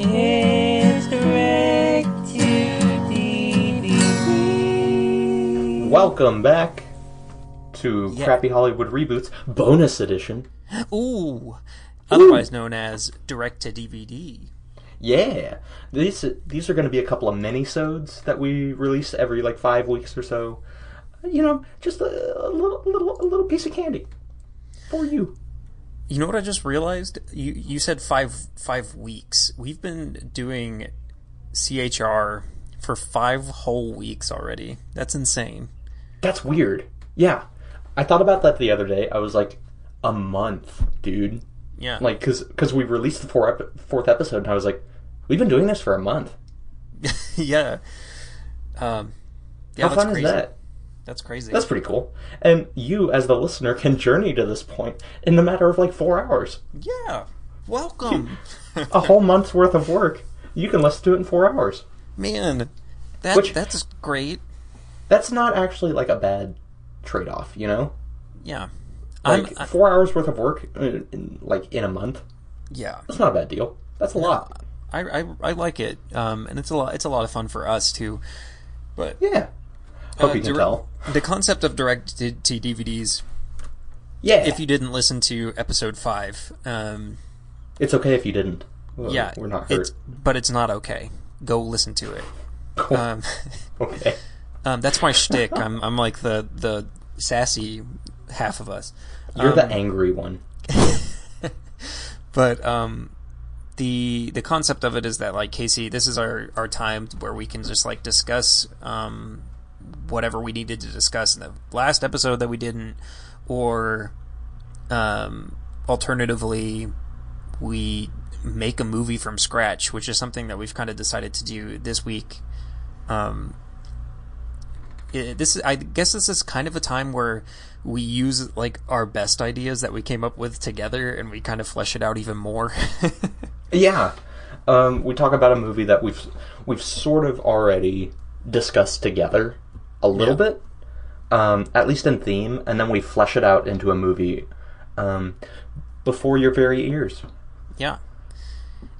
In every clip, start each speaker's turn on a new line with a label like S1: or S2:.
S1: It's direct to DVD.
S2: Welcome back to
S1: Yeah.
S2: Crappy Hollywood Reboots Bonus Edition.
S1: Ooh, otherwise known as direct to DVD.
S2: Yeah, these these are going to be a couple of mini-sodes that we release every like five weeks or so. You know, just a, a little, little, a little piece of candy for you.
S1: You know what I just realized? You you said five five weeks. We've been doing CHR for five whole weeks already. That's insane.
S2: That's weird. Yeah, I thought about that the other day. I was like, a month, dude.
S1: Yeah,
S2: Like, cause 'cause we released the four ep- fourth episode, and I was like, we've been doing this for a month.
S1: yeah. Um, yeah,
S2: How
S1: that's
S2: fun
S1: crazy.
S2: is that?
S1: That's crazy.
S2: That's pretty cool. And you, as the listener, can journey to this point in the matter of like four hours.
S1: yeah. Welcome,
S2: A whole month's worth of work. You can listen to it in four hours.
S1: man. That
S2: Which-
S1: that's great.
S2: That's not actually like a bad trade off, you know?
S1: Yeah. I'm- uh,
S2: Like
S1: I-
S2: four hours worth of work, in, in, like in a month.
S1: yeah.
S2: That's not a bad deal. That's a lot.
S1: I, I, I like it. Um, and it's a lot it's a lot of fun for us too. But
S2: Yeah. Hope
S1: Uh,
S2: you can
S1: dir-
S2: tell.
S1: the concept of direct to, to DVDs.
S2: Yeah.
S1: If you didn't listen to episode five, um,
S2: it's okay if you didn't. We're-
S1: yeah,
S2: We're not hurt.
S1: it's, but it's not okay. Go listen to it.
S2: Cool.
S1: Um,
S2: okay.
S1: um, that's my shtick. I'm I'm like the the sassy half of us.
S2: You're
S1: um,
S2: the angry one.
S1: but um the the concept of it is that like Casey, this is our our time where we can just like discuss um whatever we needed to discuss in the last episode that we didn't or um alternatively we make a movie from scratch, which is something that we've kind of decided to do this week. Um it, this is, I guess this is kind of a time where we use like our best ideas that we came up with together and we kind of flesh it out even more.
S2: Yeah, um, we talk about a movie that we've we've sort of already discussed together a little
S1: Yeah.
S2: bit, um, at least in theme, and then we flesh it out into a movie um, before your very ears.
S1: yeah.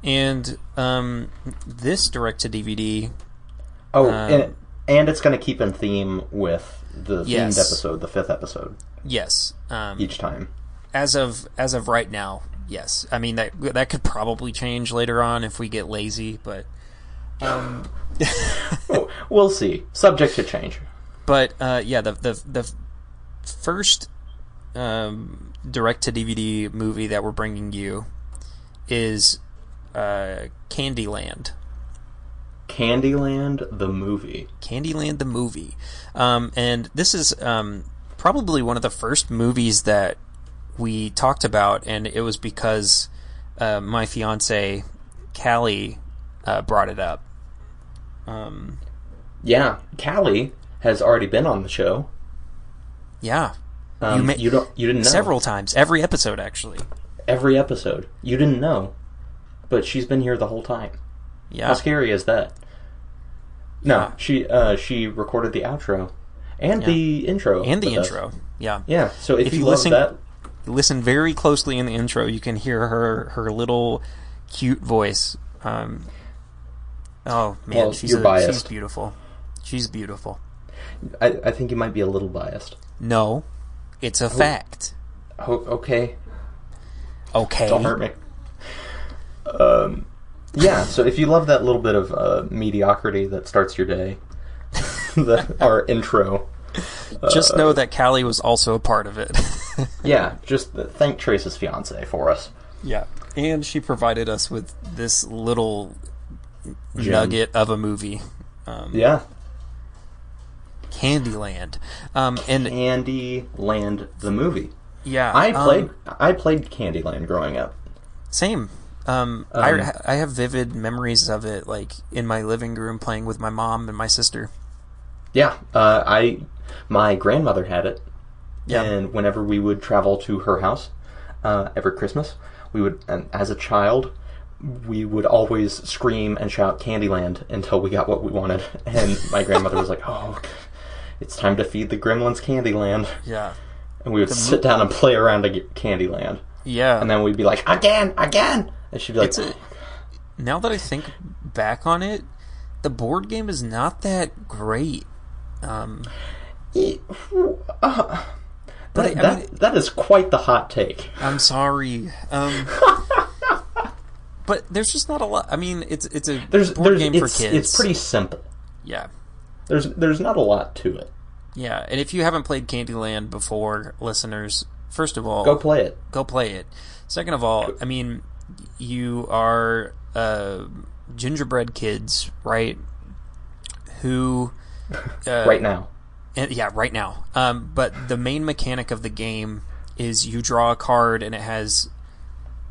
S1: And um, this direct to DVD,
S2: Oh,
S1: Um,
S2: and, and it's going to keep in theme with the
S1: Yes.
S2: themed episode, the fifth episode,
S1: yes, um,
S2: each time.
S1: as of as of right now, yes. I mean that that could probably change later on if we get lazy, but
S2: Oh, we'll see. Subject to change.
S1: but uh, yeah, the the the first um, direct to DVD movie that we're bringing you is uh, Candyland.
S2: Candyland the movie.
S1: Candyland the movie, um, and this is um, probably one of the first movies that we talked about, and it was because uh, my fiance Callie uh, brought it up. Um,
S2: Yeah, Callie has already been on the show.
S1: yeah,
S2: Um,
S1: ma-
S2: you, don't. You didn't know.
S1: several times, every episode actually.
S2: every episode. You didn't know, but she's been here the whole time.
S1: Yeah,
S2: How scary is that? No,
S1: Yeah.
S2: she uh, she recorded the outro and the intro
S1: and the
S2: with us.
S1: intro. Yeah.
S2: Yeah, so if,
S1: If
S2: you,
S1: you
S2: love
S1: listen-
S2: that,
S1: listen very closely in the intro. You can hear her her little cute voice. Um, oh man,
S2: Well,
S1: she's
S2: you're
S1: a-
S2: biased.
S1: she's beautiful. She's beautiful.
S2: I, I think you might be a little biased.
S1: No, it's a fact.
S2: Oh, okay,
S1: Okay.
S2: don't hurt me. Um, yeah, so if you love that little bit of uh, mediocrity that starts your day, the, our intro.
S1: Just know that Callie was also a part of it.
S2: Uh. Yeah, just thank Trace's fiance for us.
S1: yeah, and she provided us with this little
S2: Gem.
S1: nugget of a movie, um,
S2: Yeah,
S1: Candyland. Um, and
S2: Andy Land the movie.
S1: yeah,
S2: I
S1: um,
S2: played I played Candyland growing up.
S1: Same. Um, I I have vivid memories of it, like in my living room playing with my mom and my sister.
S2: Yeah, uh, I my grandmother had it,
S1: Yeah.
S2: and whenever we would travel to her house uh, every Christmas, we would and as a child we would always scream and shout Candyland until we got what we wanted, and my grandmother was like, "Oh, it's time to feed the gremlins Candyland,"
S1: Yeah.
S2: and we would sit down and play around to get Candyland,
S1: Yeah.
S2: and then we'd be like, "Again, again," and she'd be like,
S1: it's a now that I think back on it, the board game is not that great. Um,
S2: E- uh,
S1: But I-
S2: that,
S1: I
S2: that-
S1: mean-
S2: that is quite the hot take.
S1: I'm sorry. Um, but there's just not a lot. I mean, it's it's a
S2: There's,
S1: board
S2: there's,
S1: game
S2: it's,
S1: for kids.
S2: it's pretty simple.
S1: Yeah,
S2: There's, there's not a lot to it.
S1: yeah. And if you haven't played Candyland before, listeners, first of all,
S2: Go play it.
S1: go play it. Second of all, I mean, you are uh, gingerbread kids, right? Who uh,
S2: right now.
S1: And- yeah, right now. Um, but the main mechanic of the game is you draw a card and it has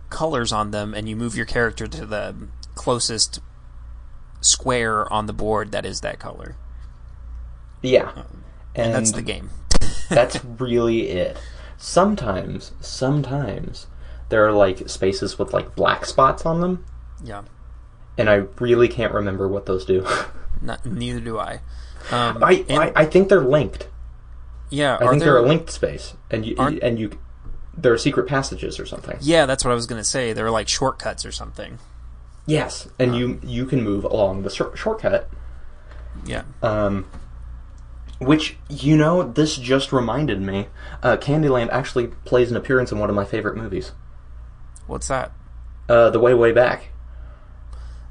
S1: colors on them, and you move your character to the closest square on the board that is that color.
S2: Yeah. And
S1: That's the game.
S2: that's really it. Sometimes, sometimes there are like spaces with like black spots on them,
S1: Yeah.
S2: and I really can't remember what those do.
S1: Not, neither do I. Um,
S2: I,
S1: and-
S2: I I think they're linked.
S1: yeah.
S2: I
S1: are
S2: think
S1: there,
S2: they're a linked space, and you
S1: Aren't-
S2: and you there are secret passages or something.
S1: Yeah, that's what I was gonna say. They're like shortcuts or something.
S2: Yes, and you you can move along the shor- shortcut.
S1: Yeah.
S2: Um, which you know, this just reminded me. Uh, Candyland actually plays an appearance in one of my favorite movies,
S1: What's that?
S2: uh, The Way Way Back.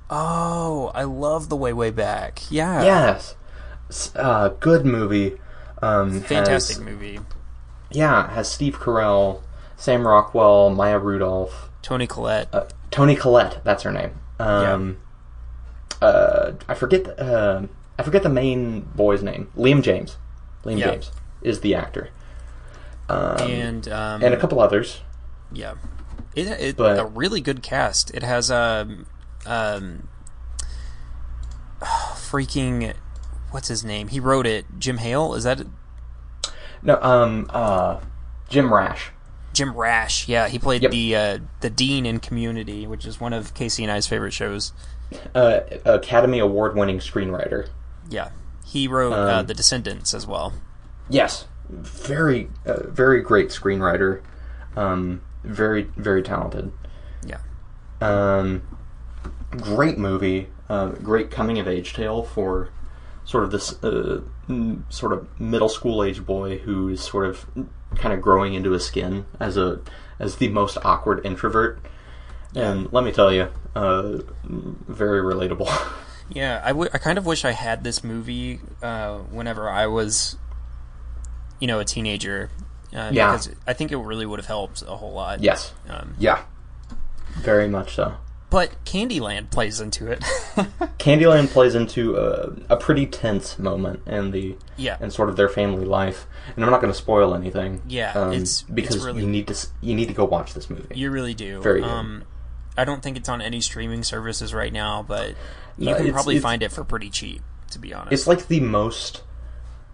S1: Oh, I love the way way back. Yeah.
S2: Yes, S- uh, good movie. Um,
S1: Fantastic
S2: has-
S1: movie.
S2: yeah, has Steve Carell, Sam Rockwell, Maya Rudolph,
S1: Tony Collette.
S2: uh, Tony Collette. That's her name. Um, uh, I forget. The, uh, I forget the main boy's name. Liam James. Liam
S1: Yeah.
S2: James is the actor,
S1: and um,
S2: and a couple others.
S1: Yeah, it, it
S2: But-
S1: a really good cast. It has um um freaking what's his name? He wrote it. Jim Hale is that it?
S2: No, um, uh, Jim Rash.
S1: Jim Rash? Yeah, he played
S2: Yep.
S1: the uh, the dean in Community, which is one of Casey and I's favorite shows.
S2: uh, Academy Award winning screenwriter.
S1: Yeah, he wrote uh,
S2: Um,
S1: The Descendants as well.
S2: Yes, very, uh, very great screenwriter. Um, very, very talented.
S1: Yeah,
S2: Um, great movie. Uh, great coming of age tale for sort of this uh, m- sort of middle school age boy who's sort of kind of growing into his skin as a as the most awkward introvert. And let me tell you, uh, m- very relatable.
S1: yeah. I, w- I kind of wish I had this movie uh, whenever I was, you know, a teenager. Uh,
S2: Yeah.
S1: because I think it really would have helped a whole lot.
S2: yes.
S1: Um,
S2: Yeah. Very much so.
S1: but Candyland plays into it.
S2: Candyland plays into a, a pretty tense moment in the
S1: yeah,
S2: in sort of their family life, and I'm not going to spoil anything. um,
S1: Yeah, it's- it's
S2: because
S1: really-
S2: you need to s- you need to go watch this movie.
S1: you really do.
S2: Very good.
S1: um, I don't think it's on any streaming services right now, but you
S2: No,
S1: can
S2: it's-
S1: probably
S2: it's-
S1: find it for pretty cheap, to be honest.
S2: It's like the most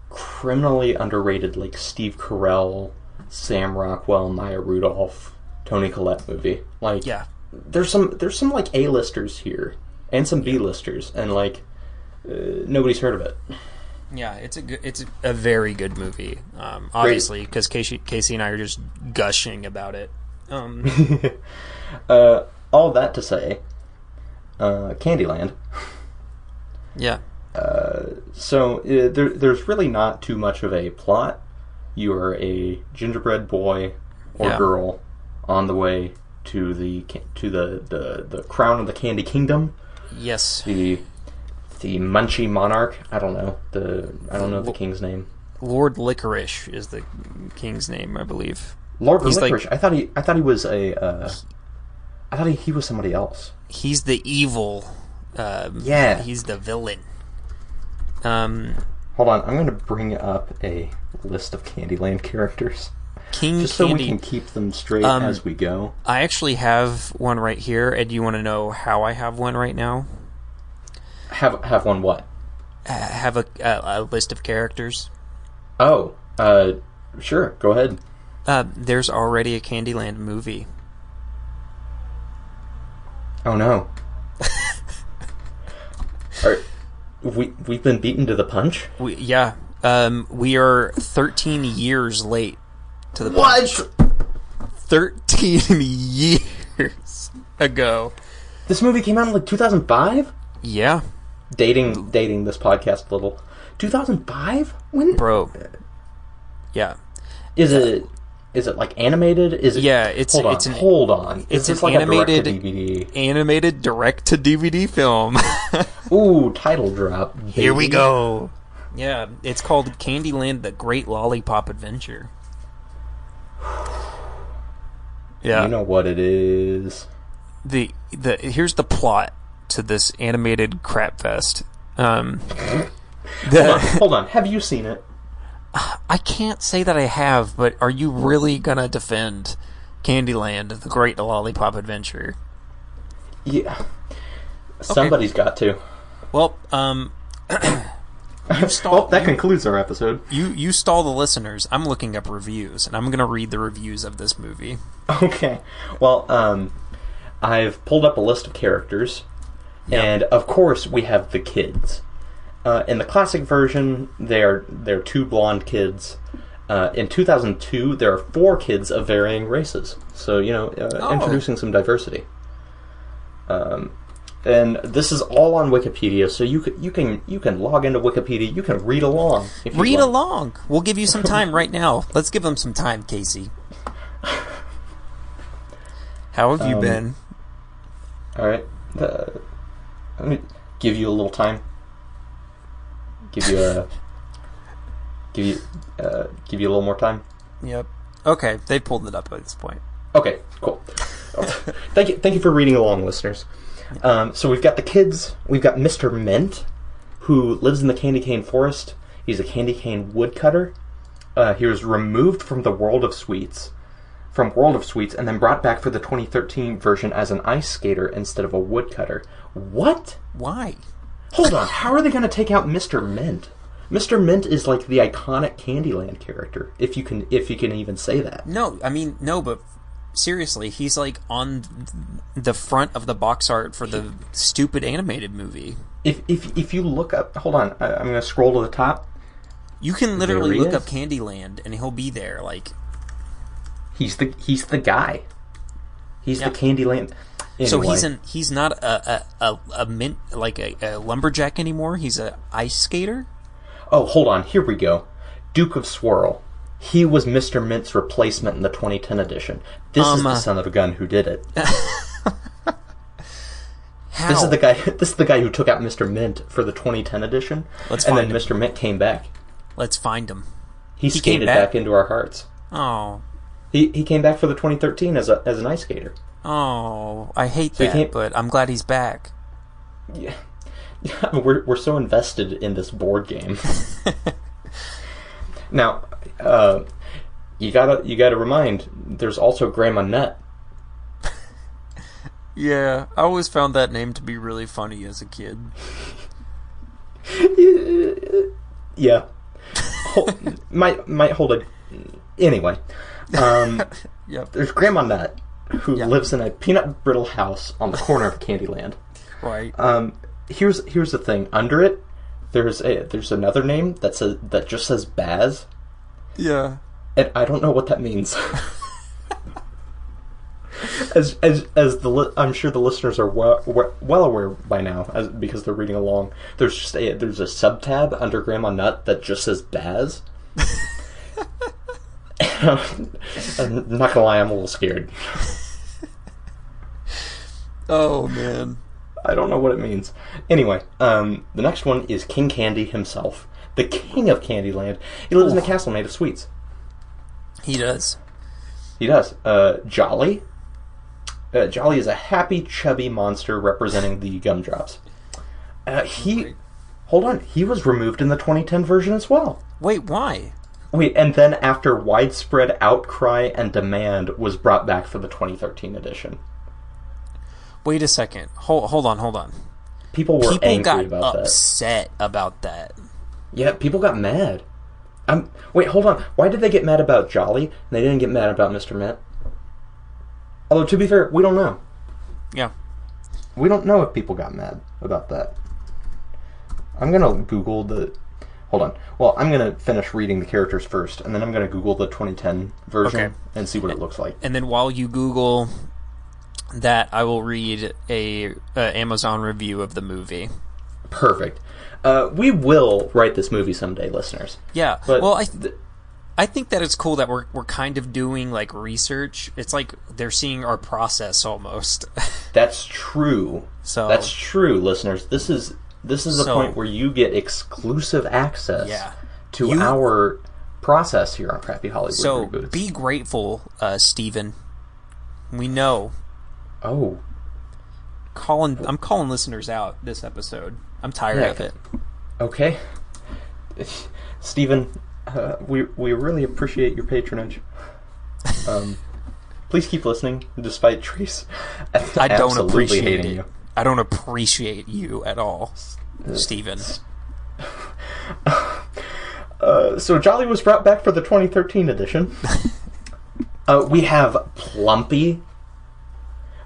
S2: criminally underrated, like Steve Carell, Sam Rockwell, Maya Rudolph, Tony Collette movie. Like,
S1: yeah,
S2: there's some there's some like A-listers here and some B-listers, and like uh, nobody's heard of it.
S1: yeah, it's a good, it's a very good movie. Um, obviously, because Casey, Casey and I are just gushing about it. Um,
S2: Uh, all that to say, uh, Candyland.
S1: yeah,
S2: So uh, there, there's really not too much of a plot. You are a gingerbread boy or
S1: Yeah.
S2: girl on the way to the ca- to the, the, the crown of the Candy Kingdom,
S1: yes,
S2: the the Munchie Monarch. I don't know the I don't know the king's name.
S1: Lord Licorice is the king's name, I believe.
S2: Lord
S1: He's like-
S2: Licorice. I thought he I thought he was a uh, I thought he, he was somebody else.
S1: He's the evil. Um,
S2: Yeah.
S1: he's the villain. Um,
S2: Hold on, I'm going to bring up a list of Candyland characters
S1: King
S2: just so
S1: Candy. Um,
S2: we can keep them straight as we go.
S1: I actually have one right here, and you want to know how I have one right now?
S2: Have have one what?
S1: I have a, a, a list of characters.
S2: Oh, uh, sure. Go ahead.
S1: Uh, there's already a Candyland movie.
S2: Oh no. Are, we we've been beaten to the punch.
S1: We, yeah, um, we are 13 years late to the
S2: What?
S1: 13 years ago.
S2: This movie came out in like 2005.
S1: Yeah,
S2: Dating dating this podcast a little. 2005? When
S1: bro. Yeah,
S2: is it? Is it like animated? Is it?
S1: Yeah, it's-
S2: hold on,
S1: it's an-
S2: hold on. Is
S1: it's
S2: this
S1: an
S2: like a
S1: animated-
S2: DVD.
S1: animated direct to DVD film.
S2: Ooh, title drop.
S1: Here we
S2: baby.
S1: go. Yeah, it's called Candyland: The Great Lollipop Adventure. Yeah.
S2: You know what it is.
S1: the the here's the plot to this animated crap fest. Um,
S2: Hold on,
S1: the,
S2: hold on. Have you seen it?
S1: I can't say that I have, but are you really gonna defend Candyland: The Great Lollipop Adventure?
S2: Yeah. Somebody's got to.
S1: Well, um, you
S2: Well,
S1: stall
S2: that concludes our episode.
S1: you you stall the listeners. I'm looking up reviews, and I'm gonna read the reviews of this movie.
S2: Okay. Well, um, I've pulled up a list of characters, and of course we have the kids. Uh, in the classic version, they're they're two blonde kids. Uh, in 2002, there are four kids of varying races. So you know, uh,
S1: Oh.
S2: introducing some diversity. Um, and this is all on Wikipedia, so you can, you can you can log into Wikipedia. You can read along. If you
S1: Read
S2: like.
S1: along. We'll give you some time right now. Let's give them some time, Casey. How have you
S2: Um,
S1: been?
S2: All right. Uh, let me give you a little time. Give you a. give you. Uh, give you a little more time.
S1: Yep. Okay, they pulled it up at this point.
S2: Okay. Cool. thank you. Thank you for reading along, listeners. Um, so we've got the kids. We've got Mister Mint, who lives in the candy cane forest. He's a candy cane woodcutter. Uh, he was removed from the world of sweets, from World of Sweets, and then brought back for the 2013 version as an ice skater instead of a woodcutter. What?
S1: Why?
S2: Hold on, how are they going to take out Mr. Mint? Mr. Mint is like the iconic Candyland character, if you can if you can even say that.
S1: No, I mean no, but seriously, he's like on the front of the box art for the stupid animated movie.
S2: If if if you look up, hold on, I, I'm going to scroll to the top.
S1: You can
S2: There
S1: literally
S2: he
S1: look
S2: is.
S1: up Candyland and he'll be there. Like,
S2: He's the he's the guy. He's
S1: Yeah.
S2: the Candyland. Anyway,
S1: so he's an he's not a a, a, a mint like a, a lumberjack anymore. He's a ice skater.
S2: Oh, hold on, here we go. Duke of Swirl. He was Mr. Mint's replacement in the 2010 edition. This is
S1: Um,
S2: the
S1: uh,
S2: son of a gun who did it.
S1: How?
S2: This is the guy. This is the guy who took out Mr. Mint for the 2010 edition,
S1: Let's
S2: and
S1: find
S2: then Mr. Mint came back.
S1: Let's find him.
S2: He,
S1: came
S2: skated
S1: back?
S2: back into our hearts.
S1: Oh,
S2: He, he came back for the 2013 as a as an ice skater.
S1: oh, I hate
S2: he
S1: that,
S2: can't-
S1: but I'm glad he's back.
S2: Yeah, we're we're so invested in this board game. now, uh, you gotta you gotta remind. There's also Grandma Nut.
S1: Yeah, I always found that name to be really funny as a kid.
S2: Yeah, Hol- might might hold a. Anyway, um,
S1: Yep.
S2: there's Grandma Nut who
S1: Yeah.
S2: lives in a peanut brittle house on the corner of Candyland.
S1: Right.
S2: Um, here's here's the thing. Under it, there's a there's another name that says that just says Baz,
S1: yeah.
S2: and I don't know what that means. as as as the li- I'm sure the listeners are well, well, well aware by now, as, because they're reading along. There's just a there's a sub tab under Grandma Nut that just says Baz. I'm not gonna lie, I'm a little scared.
S1: Oh man.
S2: I don't know what it means. Anyway, um, the next one is King Candy himself, the king of Candyland. He lives in a castle made of sweets.
S1: He does.
S2: He does. Uh, Jolly. Uh, Jolly is a happy, chubby monster representing the gumdrops. Uh, he, hold on, he was removed in the 2010 version as well.
S1: Wait, why?
S2: Wait, and then after widespread outcry and demand, was brought back for the 2013 edition.
S1: Wait a second. Hold hold on, hold on.
S2: People were
S1: People
S2: angry
S1: got
S2: about that.
S1: upset about that.
S2: Yeah, people got mad. I'm wait, hold on. Why did they get mad about Jolly and they didn't get mad about Mr. Mint? Although to be fair, we don't know.
S1: Yeah.
S2: We don't know if people got mad about that. I'm gonna Google the hold on. Well, I'm gonna finish reading the characters first, and then I'm gonna Google the 2010 version
S1: Okay.
S2: and see what it looks like.
S1: And then while you Google that I will read a, a Amazon review of the movie.
S2: Perfect. Uh, we will write this movie someday, listeners.
S1: Yeah.
S2: But
S1: well, I
S2: th-
S1: I think that it's cool that we're we're kind of doing like research. It's like they're seeing our process almost.
S2: that's true.
S1: so
S2: That's true, listeners. This is this is the
S1: So-
S2: point where you get exclusive access
S1: Yeah.
S2: to
S1: You-
S2: our process here on Crappy Hollywood
S1: so
S2: Reboots.
S1: be grateful, uh, Stephen. We know.
S2: oh,
S1: Calling, I'm calling listeners out this episode. I'm tired
S2: Yeah.
S1: of it.
S2: okay. Stephen, uh, we we really appreciate your patronage. Um, please keep listening, despite Trace.
S1: I don't
S2: absolutely
S1: appreciate
S2: hating
S1: it.
S2: you.
S1: I don't appreciate you at all, Steven.
S2: Uh, so Jolly was brought back for the 2013 edition. uh, we have Plumpy.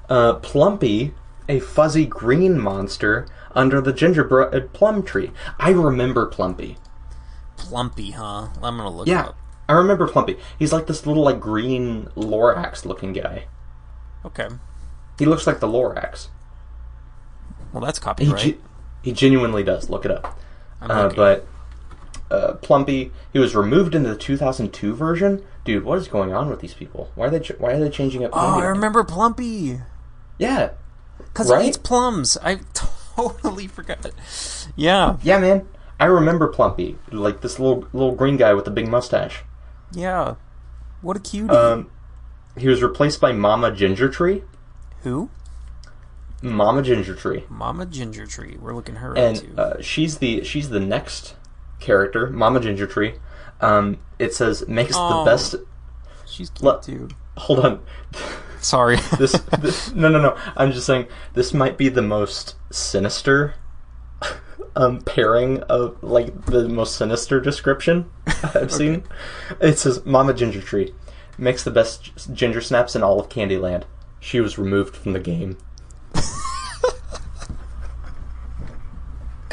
S2: Uh, Plumpy, a fuzzy green monster under the gingerbread plum tree. I remember Plumpy.
S1: Plumpy, huh? I'm gonna look it
S2: Yeah,
S1: up.
S2: I remember Plumpy. He's like this little like green Lorax looking guy.
S1: Okay.
S2: He looks like the Lorax.
S1: Well, that's
S2: He,
S1: copyright.
S2: ge- he genuinely does. Look it up.
S1: I'm
S2: Uh,
S1: looking.
S2: but uh, Plumpy, he was removed in the 2002 version. Dude, what is going on with these people? Why are they ch- Why are they changing up?
S1: oh,
S2: Plumpy?
S1: I remember Plumpy
S2: Yeah,
S1: because
S2: Right?
S1: it eats plums. I totally forgot. Yeah,
S2: yeah, man. I remember Plumpy, like this little little green guy with the big mustache.
S1: yeah. What a cutie.
S2: Um, he was replaced by Mama Ginger Tree.
S1: Who?
S2: Mama Ginger Tree,
S1: Mama Ginger Tree. We're looking her up
S2: and
S1: too.
S2: uh, she's the she's the next character, Mama Ginger Tree. Um, it says makes
S1: Oh.
S2: the best.
S1: She's cute
S2: le-
S1: too.
S2: Hold on.
S1: Sorry.
S2: this, this no no no i'm just saying this might be the most sinister um pairing of like the most sinister description i've seen it says mama ginger tree makes the best g- ginger snaps in all of candyland she was removed from the game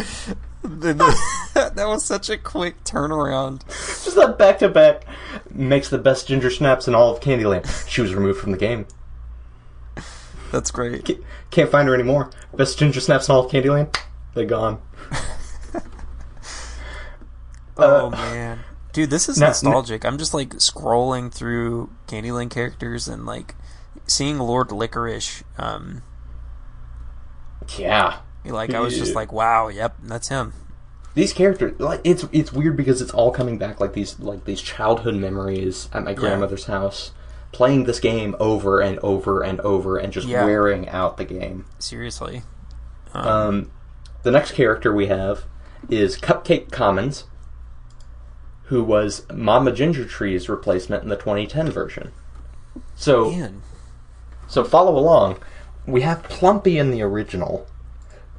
S1: that was such a quick turnaround.
S2: just that back to back makes the best ginger snaps in all of candyland she was removed from the game
S1: That's great.
S2: Ca- can't find her anymore best ginger snaps in all of candyland they're gone uh,
S1: Oh man, dude, this is
S2: no-
S1: nostalgic. I'm just like scrolling through Candyland characters and like seeing Lord Licorice. Um,
S2: yeah
S1: like I was just
S2: Yeah.
S1: like, wow, yep, that's him.
S2: these characters like it's it's weird because it's all coming back like these like these childhood memories at my grandmother's house playing this game over and over and over and just
S1: Yeah.
S2: wearing out the game
S1: Seriously,
S2: um, the next character we have is cupcake commons who was mama ginger tree's replacement in the 2010 version so
S1: man,
S2: so follow along. We have Plumpy in the original.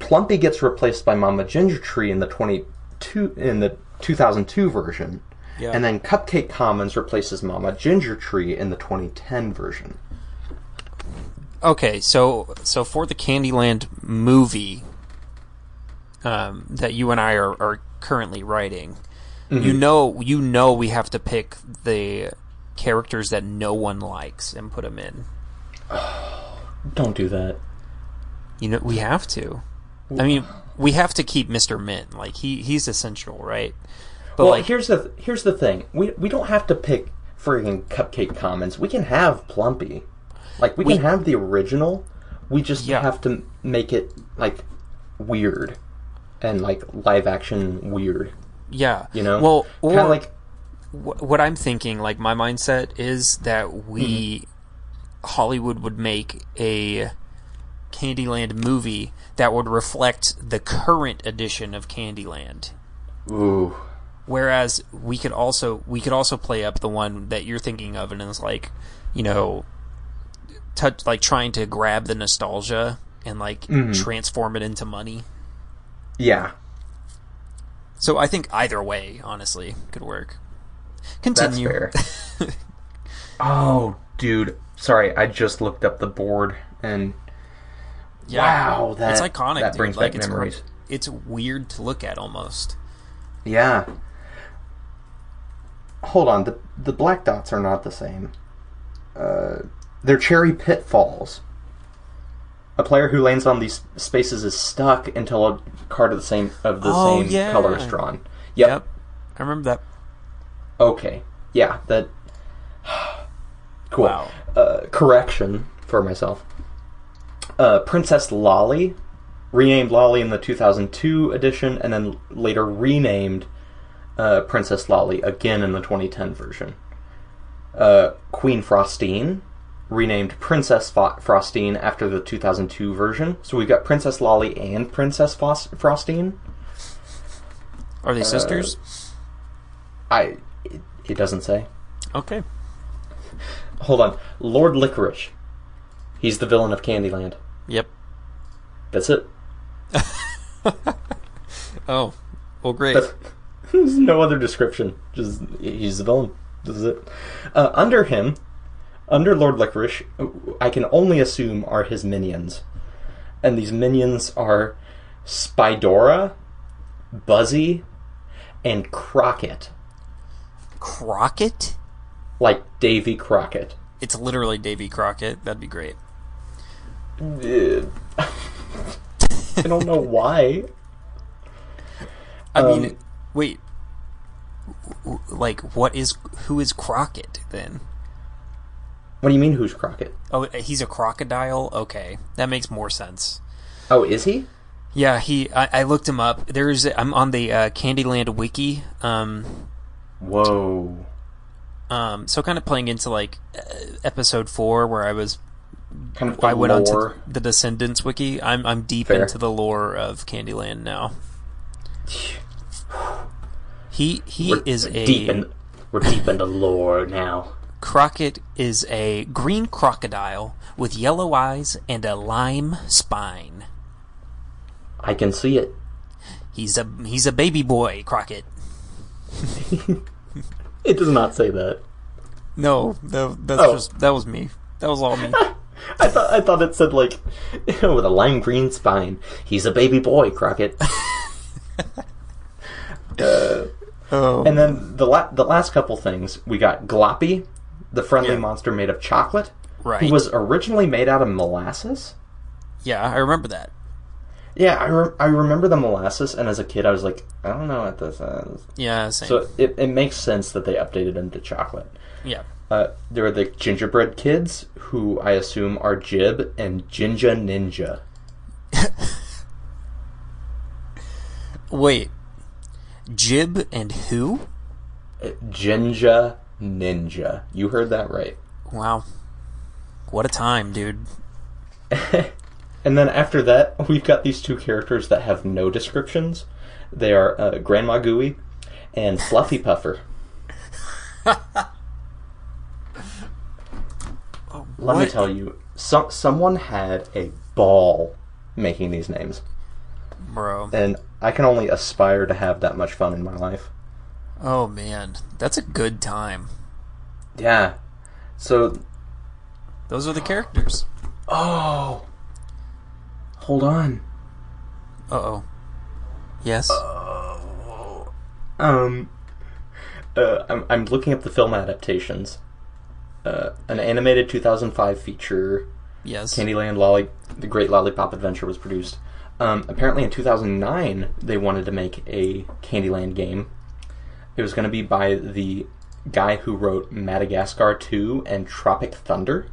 S2: Plumpy gets replaced by Mama Ginger Tree in the twenty two in the two thousand two version,
S1: yeah.
S2: and then Cupcake Commons replaces Mama Ginger Tree in the twenty ten version.
S1: okay, so so for the Candyland movie um, that you and I are, are currently writing, you
S2: Mm-hmm.
S1: know, you know, we have to pick the characters that no one likes and put them in.
S2: Don't do that.
S1: You know, we have to. I mean, we have to keep Mister Mint. Like he he's essential, right? But
S2: Well,
S1: like,
S2: here's the here's the thing. We we don't have to pick friggin' Cupcake Commons. We can have Plumpy. Like we, can have the original. We just
S1: Yeah.
S2: have to make it like weird and like live action weird.
S1: yeah,
S2: You know,
S1: Well, or
S2: kind of like
S1: wh- what I'm thinking, like my mindset is that we
S2: Mm-hmm.
S1: Hollywood would make a Candyland movie that would reflect the current edition of Candyland.
S2: Ooh.
S1: Whereas we could also we could also play up the one that you're thinking of, and it's like, you know, touch like trying to grab the nostalgia and like
S2: Mm-hmm.
S1: transform it into money.
S2: Yeah.
S1: So I think either way, honestly, could work.
S2: That's
S1: Continue.
S2: fair. oh, dude. Sorry, I just looked up the board and
S1: Yeah.
S2: wow, that
S1: it's iconic.
S2: That
S1: dude.
S2: brings
S1: like,
S2: back
S1: it's,
S2: memories.
S1: It's weird to look at almost.
S2: Yeah. Hold on, the the black dots are not the same. Uh, they're cherry pitfalls. A player who lands on these spaces is stuck until a card of the same of the
S1: Oh,
S2: same
S1: yeah.
S2: color is drawn. Yep.
S1: I remember that.
S2: Okay. Yeah. That. cool.
S1: Wow.
S2: Uh, correction for myself. Uh, Princess Lolly, renamed Lolly in the 2002 edition, and then later renamed uh, Princess Lolly again in the 2010 version. Uh, Queen Frostine, renamed Princess Fo- Frostine after the 2002 version. So we've got Princess Lolly and Princess Fos- Frostine.
S1: Are
S2: Uh,
S1: they sisters?
S2: I. It, it doesn't say.
S1: Okay.
S2: Hold on. Lord Licorice. He's the villain of Candyland.
S1: Yep.
S2: That's it.
S1: Oh, well, great.
S2: That's- There's no other description. Just he's the villain. This is it. Uh, under him, under Lord Licorice, I can only assume are his minions, and these minions are Spidora, Buzzy, and Crockett,
S1: Crockett?
S2: like Davy Crockett.
S1: It's literally Davy Crockett. That'd be great.
S2: Uh, I don't know why.
S1: I
S2: Um,
S1: mean, wait. W- w- Like, what is who is Crockett then?
S2: What do you mean? Who's Crockett?
S1: Oh, he's a crocodile. Okay, that makes more sense.
S2: Oh, is he?
S1: Yeah, he. I, I looked him up. There's. I'm on the uh, Candyland wiki. Um,
S2: Whoa.
S1: um. So kind of playing into like uh, episode four where I was.
S2: Kind of
S1: I went on
S2: lore.
S1: to the Descendants wiki. I'm I'm deep
S2: Fair.
S1: into the lore of Candyland now. He he is a
S2: deep in we're deep into lore now.
S1: Crockett is a green crocodile with yellow eyes and a lime spine.
S2: I can see it.
S1: He's a he's a baby boy, Crockett.
S2: It does not say that.
S1: No, tha- that's
S2: Oh.
S1: just that was me. That was all me.
S2: I thought I thought it said like with a lime green spine. He's a baby boy, Crockett.
S1: oh,
S2: and then the la- the last couple things we got Gloppy, the friendly
S1: Yeah.
S2: monster made of chocolate,
S1: right.
S2: who was originally made out of molasses.
S1: yeah, I remember that.
S2: Yeah, I, re- I remember the molasses, and as a kid, I was like, I don't know what this is.
S1: Yeah, same.
S2: So it, it makes sense that they updated him to chocolate.
S1: yeah.
S2: Uh, there are the gingerbread kids, who I assume are Jib and Jinja Ninja.
S1: Wait. Jib and who?
S2: Uh, Jinja Ninja. You heard that right.
S1: Wow. What a time, dude.
S2: And then after that, we've got these two characters that have no descriptions. They are uh, Grandma Gooey and Fluffy Puffer. Let me
S1: What?
S2: tell you, some someone had a ball making these names,
S1: Bro.
S2: and I can only aspire to have that much fun in my life.
S1: Oh man. That's a good time.
S2: Yeah. So
S1: Those are the characters.
S2: Oh. Hold on.
S1: Uh oh. Yes.
S2: Um. Uh, I'm, I'm looking up the film adaptations. Uh, an animated 2005 feature,
S1: yes.
S2: Candyland Lolly, The Great Lollipop Adventure, was produced. Um, apparently, in 2009, they wanted to make a Candyland game. It was going to be by the guy who wrote Madagascar 2 and Tropic Thunder.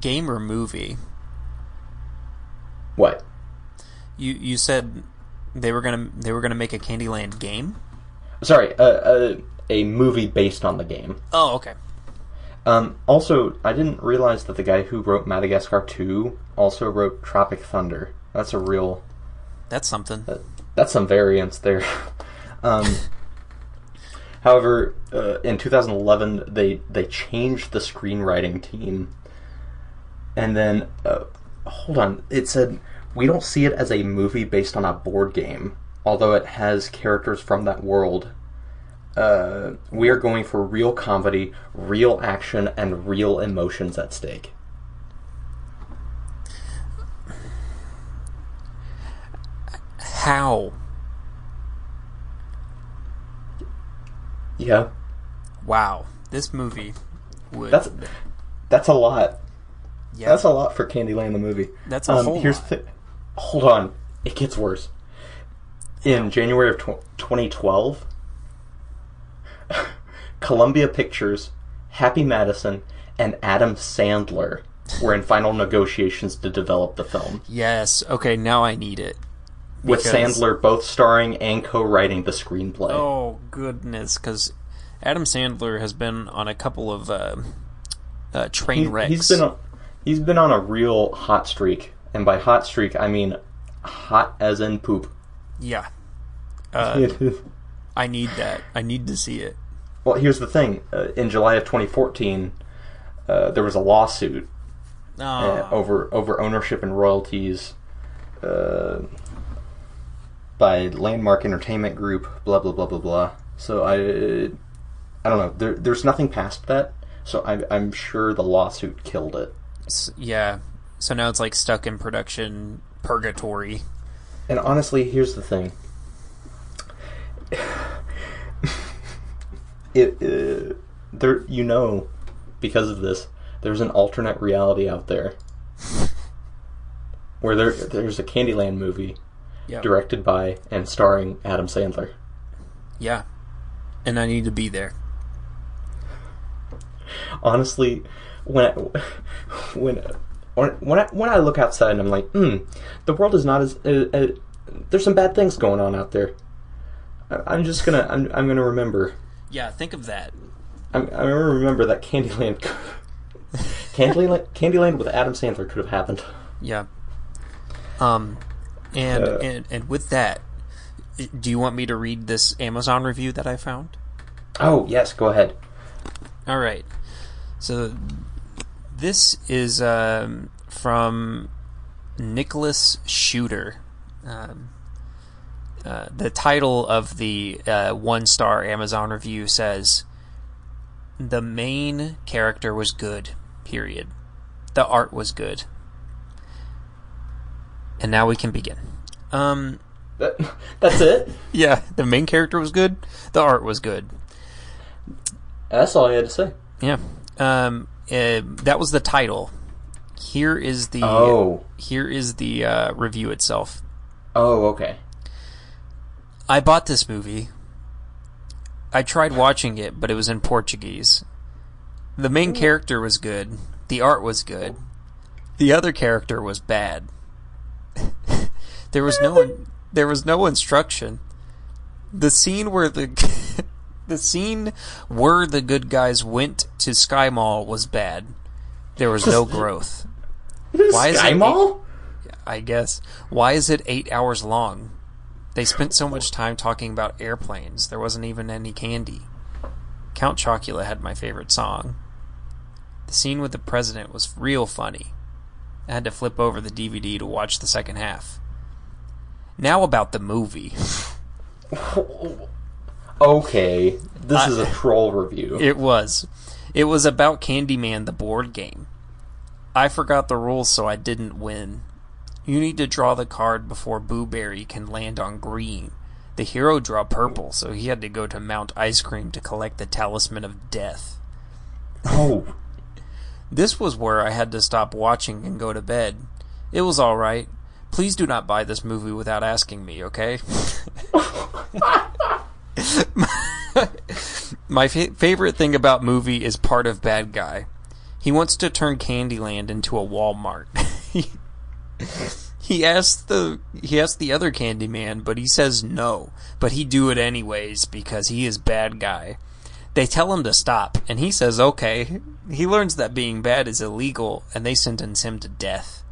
S1: Game or movie?
S2: What?
S1: You you said they were gonna they were gonna make a Candyland game.
S2: Sorry, uh, uh, a movie based on the game.
S1: Oh okay.
S2: Um, also, I didn't realize that the guy who wrote Madagascar 2 also wrote Tropic Thunder. That's a real.
S1: That's something.
S2: That's some variance there. um, however, uh, in 2011, they, they changed the screenwriting team. And then, uh, hold on, it said, we don't see it as a movie based on a board game, although it has characters from that world. Uh, we are going for real comedy, real action, and real emotions at stake.
S1: How?
S2: Yeah.
S1: Wow. This movie would
S2: That's that's a lot.
S1: Yeah.
S2: That's a lot for Candyland the movie. Um,
S1: That's a whole
S2: Here's
S1: lot.
S2: the, hold on, it gets worse. In January of tw- 2012, Columbia Pictures, Happy Madison, and Adam Sandler were in final negotiations to develop the film,
S1: Yes. Okay. Now I need it.
S2: with
S1: Because-
S2: Sandler both starring and co-writing the screenplay.
S1: Oh goodness, because Adam Sandler has been on a couple of uh, uh, train
S2: He-
S1: wrecks.
S2: He's been on, he's been on a real hot streak, and by hot streak I mean hot as in poop.
S1: yeah. Uh, I need that. I need to see it.
S2: well, here's the thing: uh, in July of 2014, uh, there was a lawsuit uh,
S1: Ah,
S2: over over ownership and royalties uh, by Landmark Entertainment Group. Blah blah blah blah blah. So I, I don't know. There, there's nothing past that. So I'm, I'm sure the lawsuit killed it.
S1: s- yeah. So now it's like stuck in production purgatory.
S2: And honestly, here's the thing. it, uh, there, you know, because of this, there's an alternate reality out there where there there's a Candyland movie
S1: Yeah.
S2: directed by and starring Adam Sandler.
S1: Yeah. And I need to be there.
S2: Honestly, when I, when when when I, when I look outside and I'm like, hmm, the world is not as uh, uh, there's some bad things going on out there. I, I'm just gonna I'm I'm gonna remember.
S1: Yeah. Think of that.
S2: I, I remember that Candyland, Candyland, Candyland with Adam Sandler could have happened.
S1: Yeah. Um, and
S2: Uh,
S1: and and with that, do you want me to read this Amazon review that I found?
S2: Oh yes, go ahead.
S1: All right. So this is um, from Nicholas Shooter. Um, uh, the title of the uh, one star Amazon review says The main character was good, period. The art was good. And now we can begin. Um,
S2: That, that's it.
S1: yeah, the main character was good, the art was good.
S2: That's all I had to say.
S1: Yeah. Um, uh, that was the title. Here is the
S2: Oh,
S1: here is the uh, review itself.
S2: oh, okay.
S1: I bought this movie. I tried watching it, but it was in Portuguese. The main character was good. The art was good. The other character was bad. there was no there was no instruction. The scene where the the scene where the good guys went to Sky Mall was bad. There was no growth. Why is
S2: Sky
S1: it-
S2: Mall?
S1: I guess. Why is it eight hours long? They spent so much time talking about airplanes. There wasn't even any candy. Count Chocula had my favorite song. The scene with the president was real funny. I had to flip over the DVD to watch the second half. Now about the movie.
S2: Okay, this is a troll review.
S1: It was. It was about Candyman, the board game. I forgot the rules, so I didn't win. You need to draw the card before Boo Berry can land on green. The hero draw purple, so he had to go to Mount Ice Cream to collect the Talisman of Death.
S2: oh,
S1: This was where I had to stop watching and go to bed. It was alright. Please do not buy this movie without asking me, okay? My fa- favorite thing about movie is part of bad guy. He wants to turn Candyland into a Walmart. he, he asked the he asked the other Candyman, but he says no. But he do it anyways because he is bad guy. They tell him to stop, and he says okay. He learns that being bad is illegal, and they sentence him to death.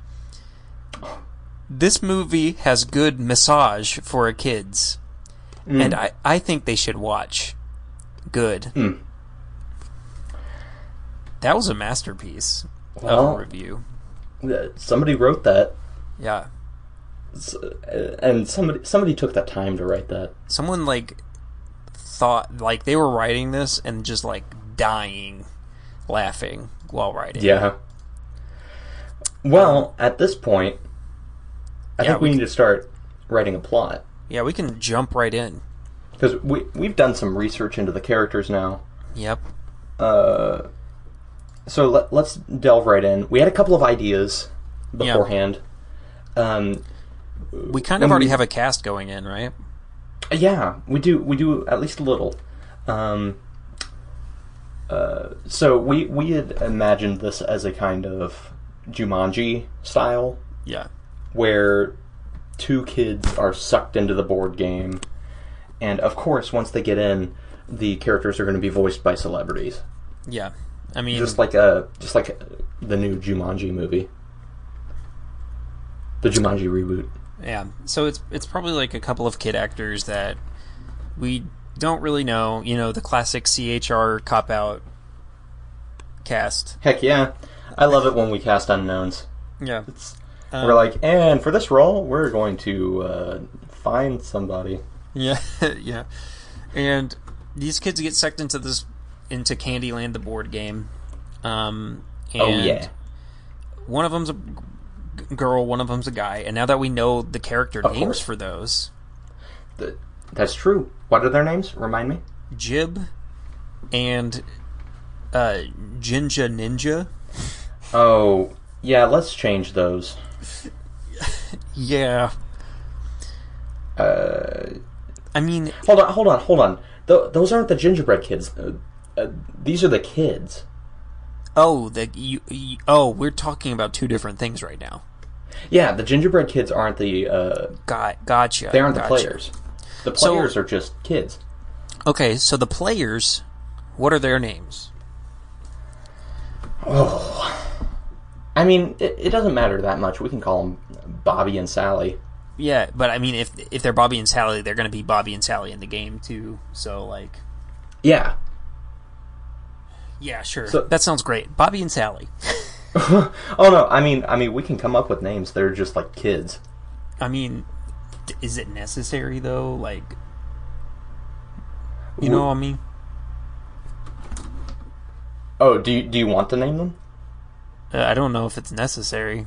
S1: This movie has good massage for kids, and I, I think they should watch. Good. That was a masterpiece of
S2: Well-
S1: a review.
S2: Uh, somebody wrote that,
S1: Yeah.
S2: S- uh, and somebody somebody took that time to write that.
S1: someone like thought like they were writing this and just like dying laughing while writing.
S2: Yeah. Well, at this point, I
S1: Yeah,
S2: think we,
S1: we
S2: need to start writing a plot.
S1: Yeah, we can jump right in.
S2: because we we've done some research into the characters now.
S1: Yep.
S2: Uh, So let, let's delve right in. We had a couple of ideas beforehand. Um,
S1: We kind of already have a cast going in, right?
S2: Yeah, we do. We do at least a little. Um, uh, so we we had imagined this as a kind of Jumanji style,
S1: Yeah.
S2: where two kids are sucked into the board game, and of course, once they get in, the characters are going to be voiced by celebrities,
S1: Yeah. I mean,
S2: just like a just like the new Jumanji movie, the Jumanji reboot.
S1: yeah. So it's it's probably like a couple of kid actors that we don't really know. You know, the classic CHR cop out cast.
S2: Heck yeah, I love it when we cast unknowns.
S1: Yeah.
S2: It's-
S1: Um,
S2: we're like, and for this role, we're going to uh, find somebody.
S1: Yeah, yeah. And these kids get sucked into this into Candyland, the board game. Um, and
S2: oh yeah,
S1: one of them's a g- girl, one of them's a guy. And now that we know the character names
S2: course.
S1: for those,
S2: Th- that's true. What are their names? Remind me.
S1: Jib and uh, Jinja Ninja.
S2: Oh yeah, let's change those.
S1: Yeah,
S2: Uh,
S1: I mean,
S2: hold on, hold on, hold on. Th- those aren't the gingerbread kids. Uh, uh, these are the kids.
S1: oh, the you, you, oh, we're talking about two different things right now.
S2: Yeah, the gingerbread kids aren't the. Uh,
S1: Got gotcha.
S2: they aren't the
S1: gotcha.
S2: players. The
S1: So-
S2: players are just kids.
S1: Okay, so the players, what are their names?
S2: I mean, it, it doesn't matter that much. We can call them Bobby and Sally.
S1: Yeah, but I mean, if if they're Bobby and Sally, they're going to be Bobby and Sally in the game too. So like,
S2: Yeah,
S1: yeah, sure,
S2: So-
S1: that sounds great. Bobby and Sally.
S2: Oh no, I mean, I mean, we can come up with names. They're just like kids.
S1: I mean, d- is it necessary though? Like, you
S2: Wh-
S1: know what I mean?
S2: Oh, do you, do you want to name them?
S1: Uh, I don't know if it's necessary.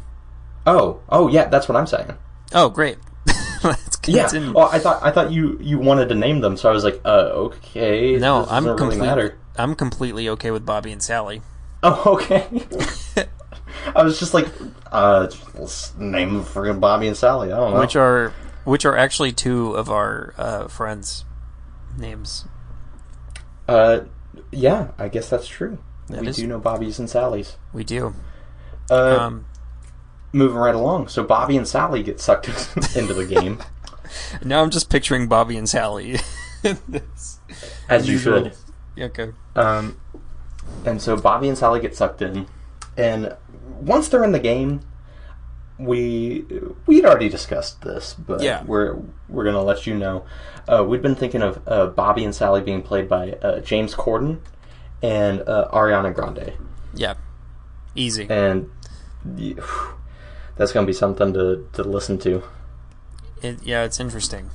S2: Oh, oh yeah, that's what I'm saying.
S1: Oh, great. Let's
S2: Yeah.
S1: continue.
S2: Well, I thought I thought you you wanted to name them, so I was like, uh, okay.
S1: no,
S2: this
S1: I'm
S2: doesn't
S1: completely
S2: really matter.
S1: I'm completely okay with Bobby and Sally.
S2: Oh, okay. I was just like, uh, let's name them freaking Bobby and Sally. I don't know.
S1: which are which are actually two of our uh, friends' names.
S2: uh, yeah, I guess that's true.
S1: That
S2: we
S1: is-
S2: do know Bobby's and Sally's.
S1: We do.
S2: Uh,
S1: Um,
S2: moving right along, so Bobby and Sally get sucked into the game
S1: now I'm just picturing Bobby and Sally. in this.
S2: as you should.
S1: Okay.
S2: Um, and so Bobby and Sally get sucked in, and once they're in the game, we we'd already discussed this, but
S1: Yeah.
S2: we're we're gonna let you know. Uh, we'd been thinking of uh, Bobby and Sally being played by uh, James Corden and uh, Ariana Grande,
S1: Yeah. Easy.
S2: and y- whew, that's gonna be something to to listen to.
S1: It, yeah, it's interesting.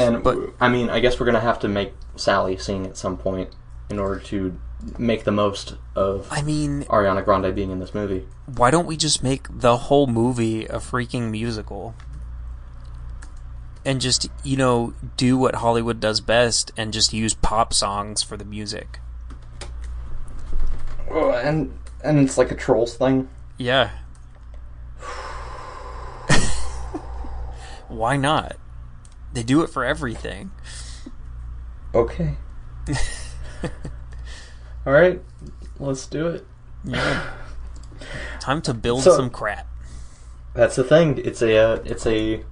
S2: And
S1: But-
S2: I mean, I guess we're gonna have to make Sally sing at some point in order to make the most of
S1: I mean,
S2: Ariana Grande being in this movie.
S1: why don't we just make the whole movie a freaking musical? And just, you know, do what Hollywood does best and just use pop songs for the music.
S2: Oh, and and it's like a trolls thing.
S1: Yeah. why not? They do it for everything.
S2: Okay. All right, let's do it.
S1: Yeah. Time to build
S2: So-
S1: some crap.
S2: That's the thing. It's a uh, it's a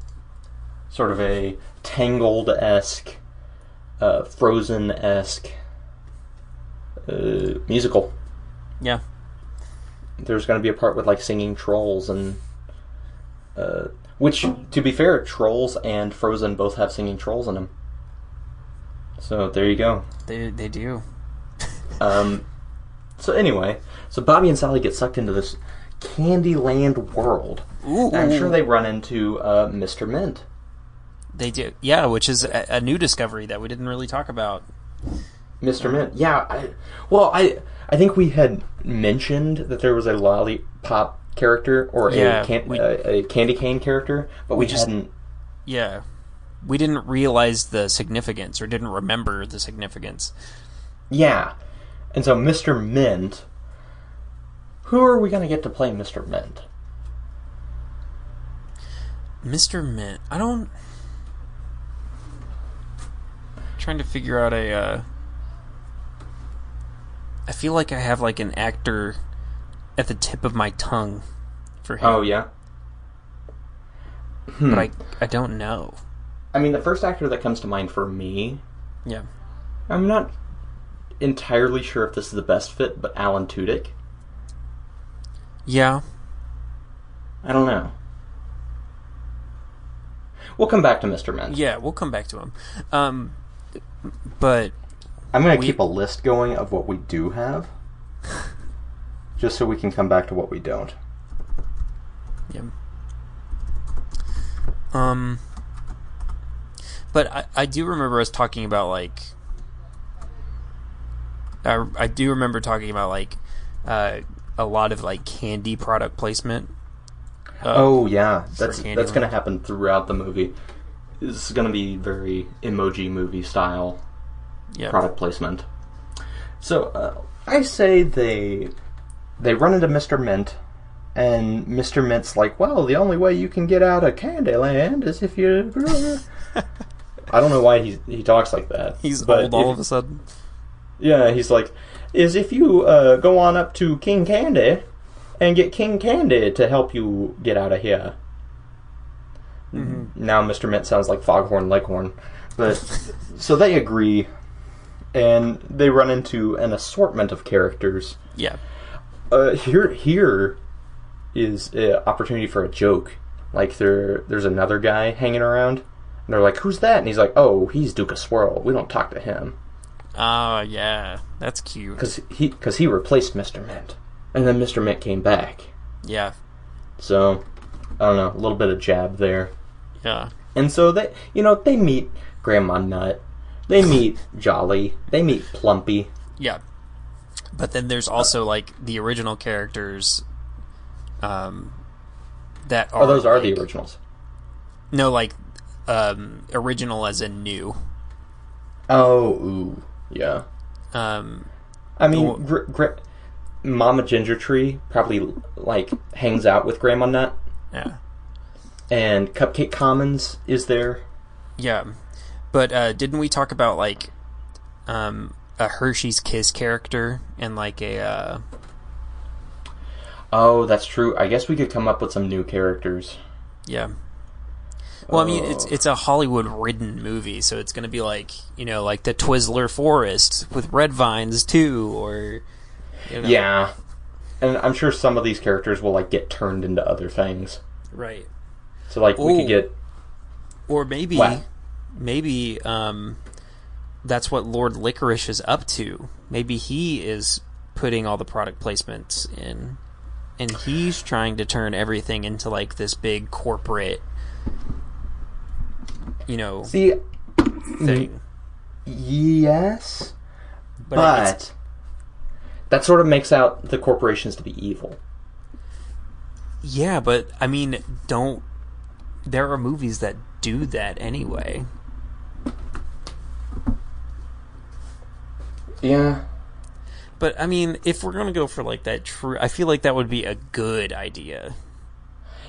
S2: sort of a tangled esque, uh, frozen esque uh, musical.
S1: Yeah.
S2: There's going to be a part with like singing trolls and. Uh, which, to be fair, Trolls and Frozen both have singing trolls in them. So there you go.
S1: They they do.
S2: Um, so anyway, so Bobby and Sally get sucked into this Candyland world.
S1: Ooh.
S2: And I'm sure they run into uh, Mr. Mint.
S1: They do, yeah, which is a, a new discovery that we didn't really talk about.
S2: Mr. Mint, yeah. I, well, I I think we had mentioned that there was a lollipop character or
S1: Yeah,
S2: a, can, uh,
S1: we-
S2: a, a candy cane character, but we,
S1: just-
S2: hadn't.
S1: Yeah, we didn't realize the significance or didn't remember the significance.
S2: Yeah. And so Mr. Mint who are we going to get to play Mr. Mint?
S1: Mr. Mint. I don't. trying to figure out a. Uh... I feel like I have like an actor at the tip of my tongue for him,
S2: Oh, yeah.
S1: but I I don't know.
S2: I mean, the first actor that comes to mind for me,
S1: Yeah.
S2: I'm not entirely sure if this is the best fit, but Alan Tudyk.
S1: Yeah.
S2: I don't know. We'll come back to Mr. Mint.
S1: Yeah. We'll come back to him. Um, but
S2: I'm going to
S1: We-
S2: keep a list going of what we do have, just so we can come back to what we don't.
S1: Yeah. Um. But I, I do remember us talking about like. I I do remember talking about like, uh, a lot of like candy product placement. Uh,
S2: Oh yeah, that's
S1: Candyland.
S2: that's going to happen throughout the movie. This is going to be very emoji movie style
S1: yeah.
S2: product placement. So uh, I say they they run into Mr. Mint, and Mr. Mint's like, "Well, the only way you can get out of Candyland is if you." I don't know why he he talks like that.
S1: He's
S2: but
S1: old all
S2: if-
S1: of a sudden.
S2: Yeah, he's like, is if you uh, go on up to King Candy and get King Candy to help you get out of here. Now Mr. Mint sounds like Foghorn Leghorn. But, so they agree, and they run into an assortment of characters.
S1: Yeah.
S2: Uh, here, here is an opportunity for a joke. Like there, there's another guy hanging around, and they're like, "Who's that?" And he's like, "Oh, he's Duke of Swirl. We don't talk to him."
S1: Oh yeah. That's cute.
S2: because he because he replaced Mr. Mint, and then Mr. Mint came back.
S1: Yeah.
S2: So I don't know, a little bit of jab there.
S1: Yeah.
S2: And so they, you know, they meet Grandma Nut, they meet Jolly, they meet Plumpy.
S1: Yeah. But then there's also like the original characters. Um. That are
S2: Oh, those are the
S1: like-
S2: originals.
S1: No, like um, original as in new.
S2: Oh, ooh, yeah.
S1: Um,
S2: I mean,
S1: Well-
S2: gr- gr- Mama Ginger Tree probably like hangs out with Grandma Nut,
S1: yeah,
S2: and Cupcake Commons is there.
S1: yeah. But uh, didn't we talk about like um, a Hershey's Kiss character and like a uh,
S2: Oh, that's true. I guess we could come up with some new characters.
S1: yeah? Well, I mean, it's
S2: Oh.
S1: it's a Hollywood-ridden movie, so it's going to be like you know, like the Twizzler Forest with red vines too, or you know.
S2: Yeah. And I'm sure some of these characters will like get turned into other things.
S1: right.
S2: So like we
S1: Ooh.
S2: could get
S1: Or maybe,
S2: What?
S1: maybe um, that's what Lord Licorice is up to. Maybe he is putting all the product placements in, and he's trying to turn everything into like this big corporate, you know,
S2: see
S1: thing.
S2: yes,
S1: But,
S2: but
S1: it's-
S2: that sort of makes out the corporations to be evil.
S1: yeah, but I mean, don't. There are movies that do that anyway.
S2: Yeah.
S1: But I mean, if we're gonna go for like that true, I feel like that would be a good idea.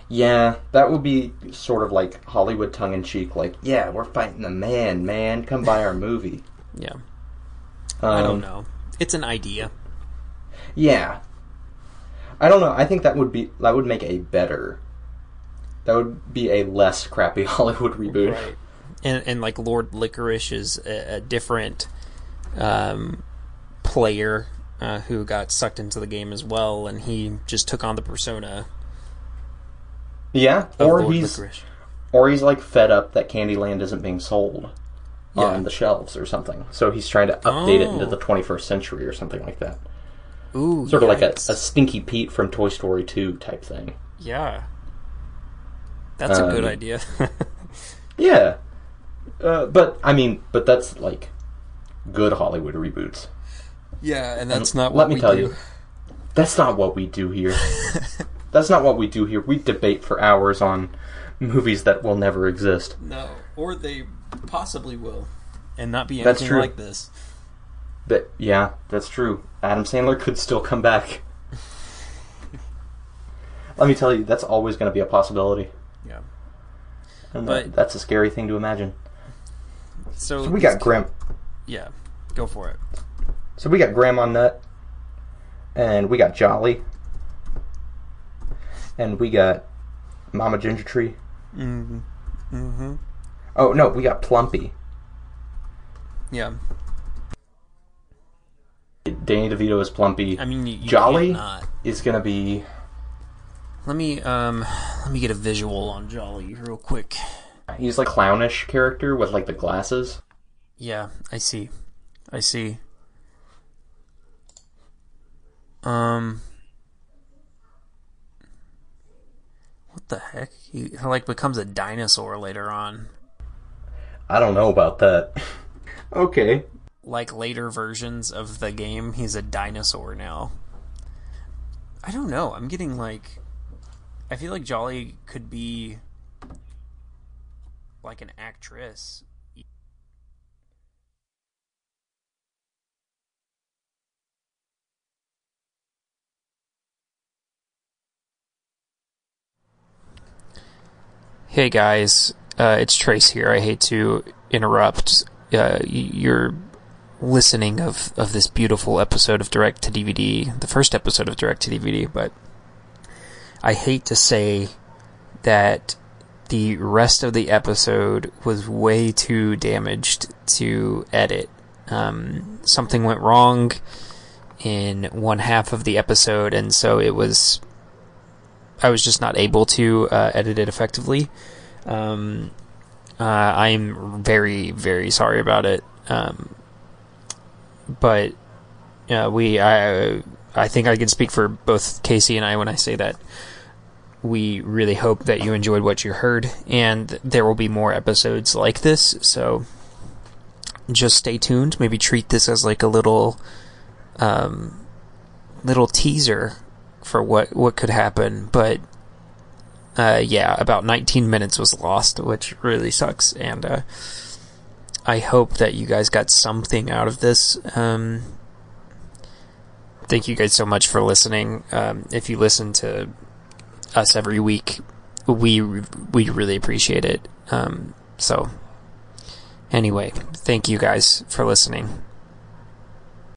S2: Yeah, that would be sort of like Hollywood tongue in cheek like, yeah, we're fighting the man, man, come buy our movie.
S1: Yeah,
S2: Um,
S1: I don't know. It's an idea.
S2: Yeah. I don't know. I think that would be that would make a better that would be a less crappy Hollywood reboot.
S1: right and and like lord licorice is a, a different um player uh, who got sucked into the game as well and he just took on the persona
S2: Yeah,
S1: of
S2: or
S1: lord
S2: he's
S1: licorice
S2: or he's like fed up that Candyland isn't being sold
S1: Yeah.
S2: on the shelves or something. So he's trying to update it into
S1: Oh.
S2: the 21st century or something like that.
S1: ooh
S2: Sort of like a,
S1: yikes.
S2: a Stinky Pete from Toy Story 2 type thing.
S1: yeah that's a good
S2: Um,
S1: idea
S2: Yeah. Uh, but I mean, but that's like good Hollywood reboots.
S1: yeah and that's not
S2: Let me tell you, that's not what we do here. that's not what we do here. We debate for hours on movies that will never exist.
S1: no or they possibly will and not be
S2: That's
S1: anything
S2: true.
S1: like this
S2: But yeah, that's true. Adam Sandler could still come back. Let me tell you, that's always going to be a possibility.
S1: Yeah.
S2: And
S1: But-
S2: that- that's a scary thing to imagine.
S1: So,
S2: So we
S1: these-
S2: got Grim.
S1: Yeah. Go for it.
S2: So we got Grandma Nut, and we got Jolly, and we got Mama Ginger Tree.
S1: Mm-hmm. Mm-hmm.
S2: Oh no, we got Plumpy.
S1: Yeah.
S2: Danny DeVito is Plumpy.
S1: I mean, you, you
S2: Jolly?
S1: can't Not.
S2: is gonna be.
S1: Let me um, let me get a visual on Jolly real quick.
S2: He's like clownish character with like the glasses.
S1: Yeah, I see. I see. Um What the heck? He like becomes a dinosaur later on.
S2: I don't know about that. okay.
S1: Like later versions of the game, he's a dinosaur now. I don't know. I'm getting like I feel like Jolly could be like an actress. Hey guys, uh, it's Trace here. I hate to interrupt uh, y- your listening of, of this beautiful episode of Direct to DVD, the first episode of Direct to DVD, but I hate to say that the rest of the episode was way too damaged to edit. Um, something went wrong in one half of the episode, and so it was I was just not able to uh, edit it effectively. Um, uh, I'm very, very sorry about it. Um, but uh, we, I, I think I can speak for both Casey and I when I say that we really hope that you enjoyed what you heard, and there will be more episodes like this. So just stay tuned. Maybe treat this as like a little, um, little teaser for what what could happen. But uh, yeah, about 19 minutes was lost, which really sucks. And uh, I hope that you guys got something out of this. Um, thank you guys so much for listening. Um, if you listen to us every week, we we really appreciate it. Um, so anyway, thank you guys for listening.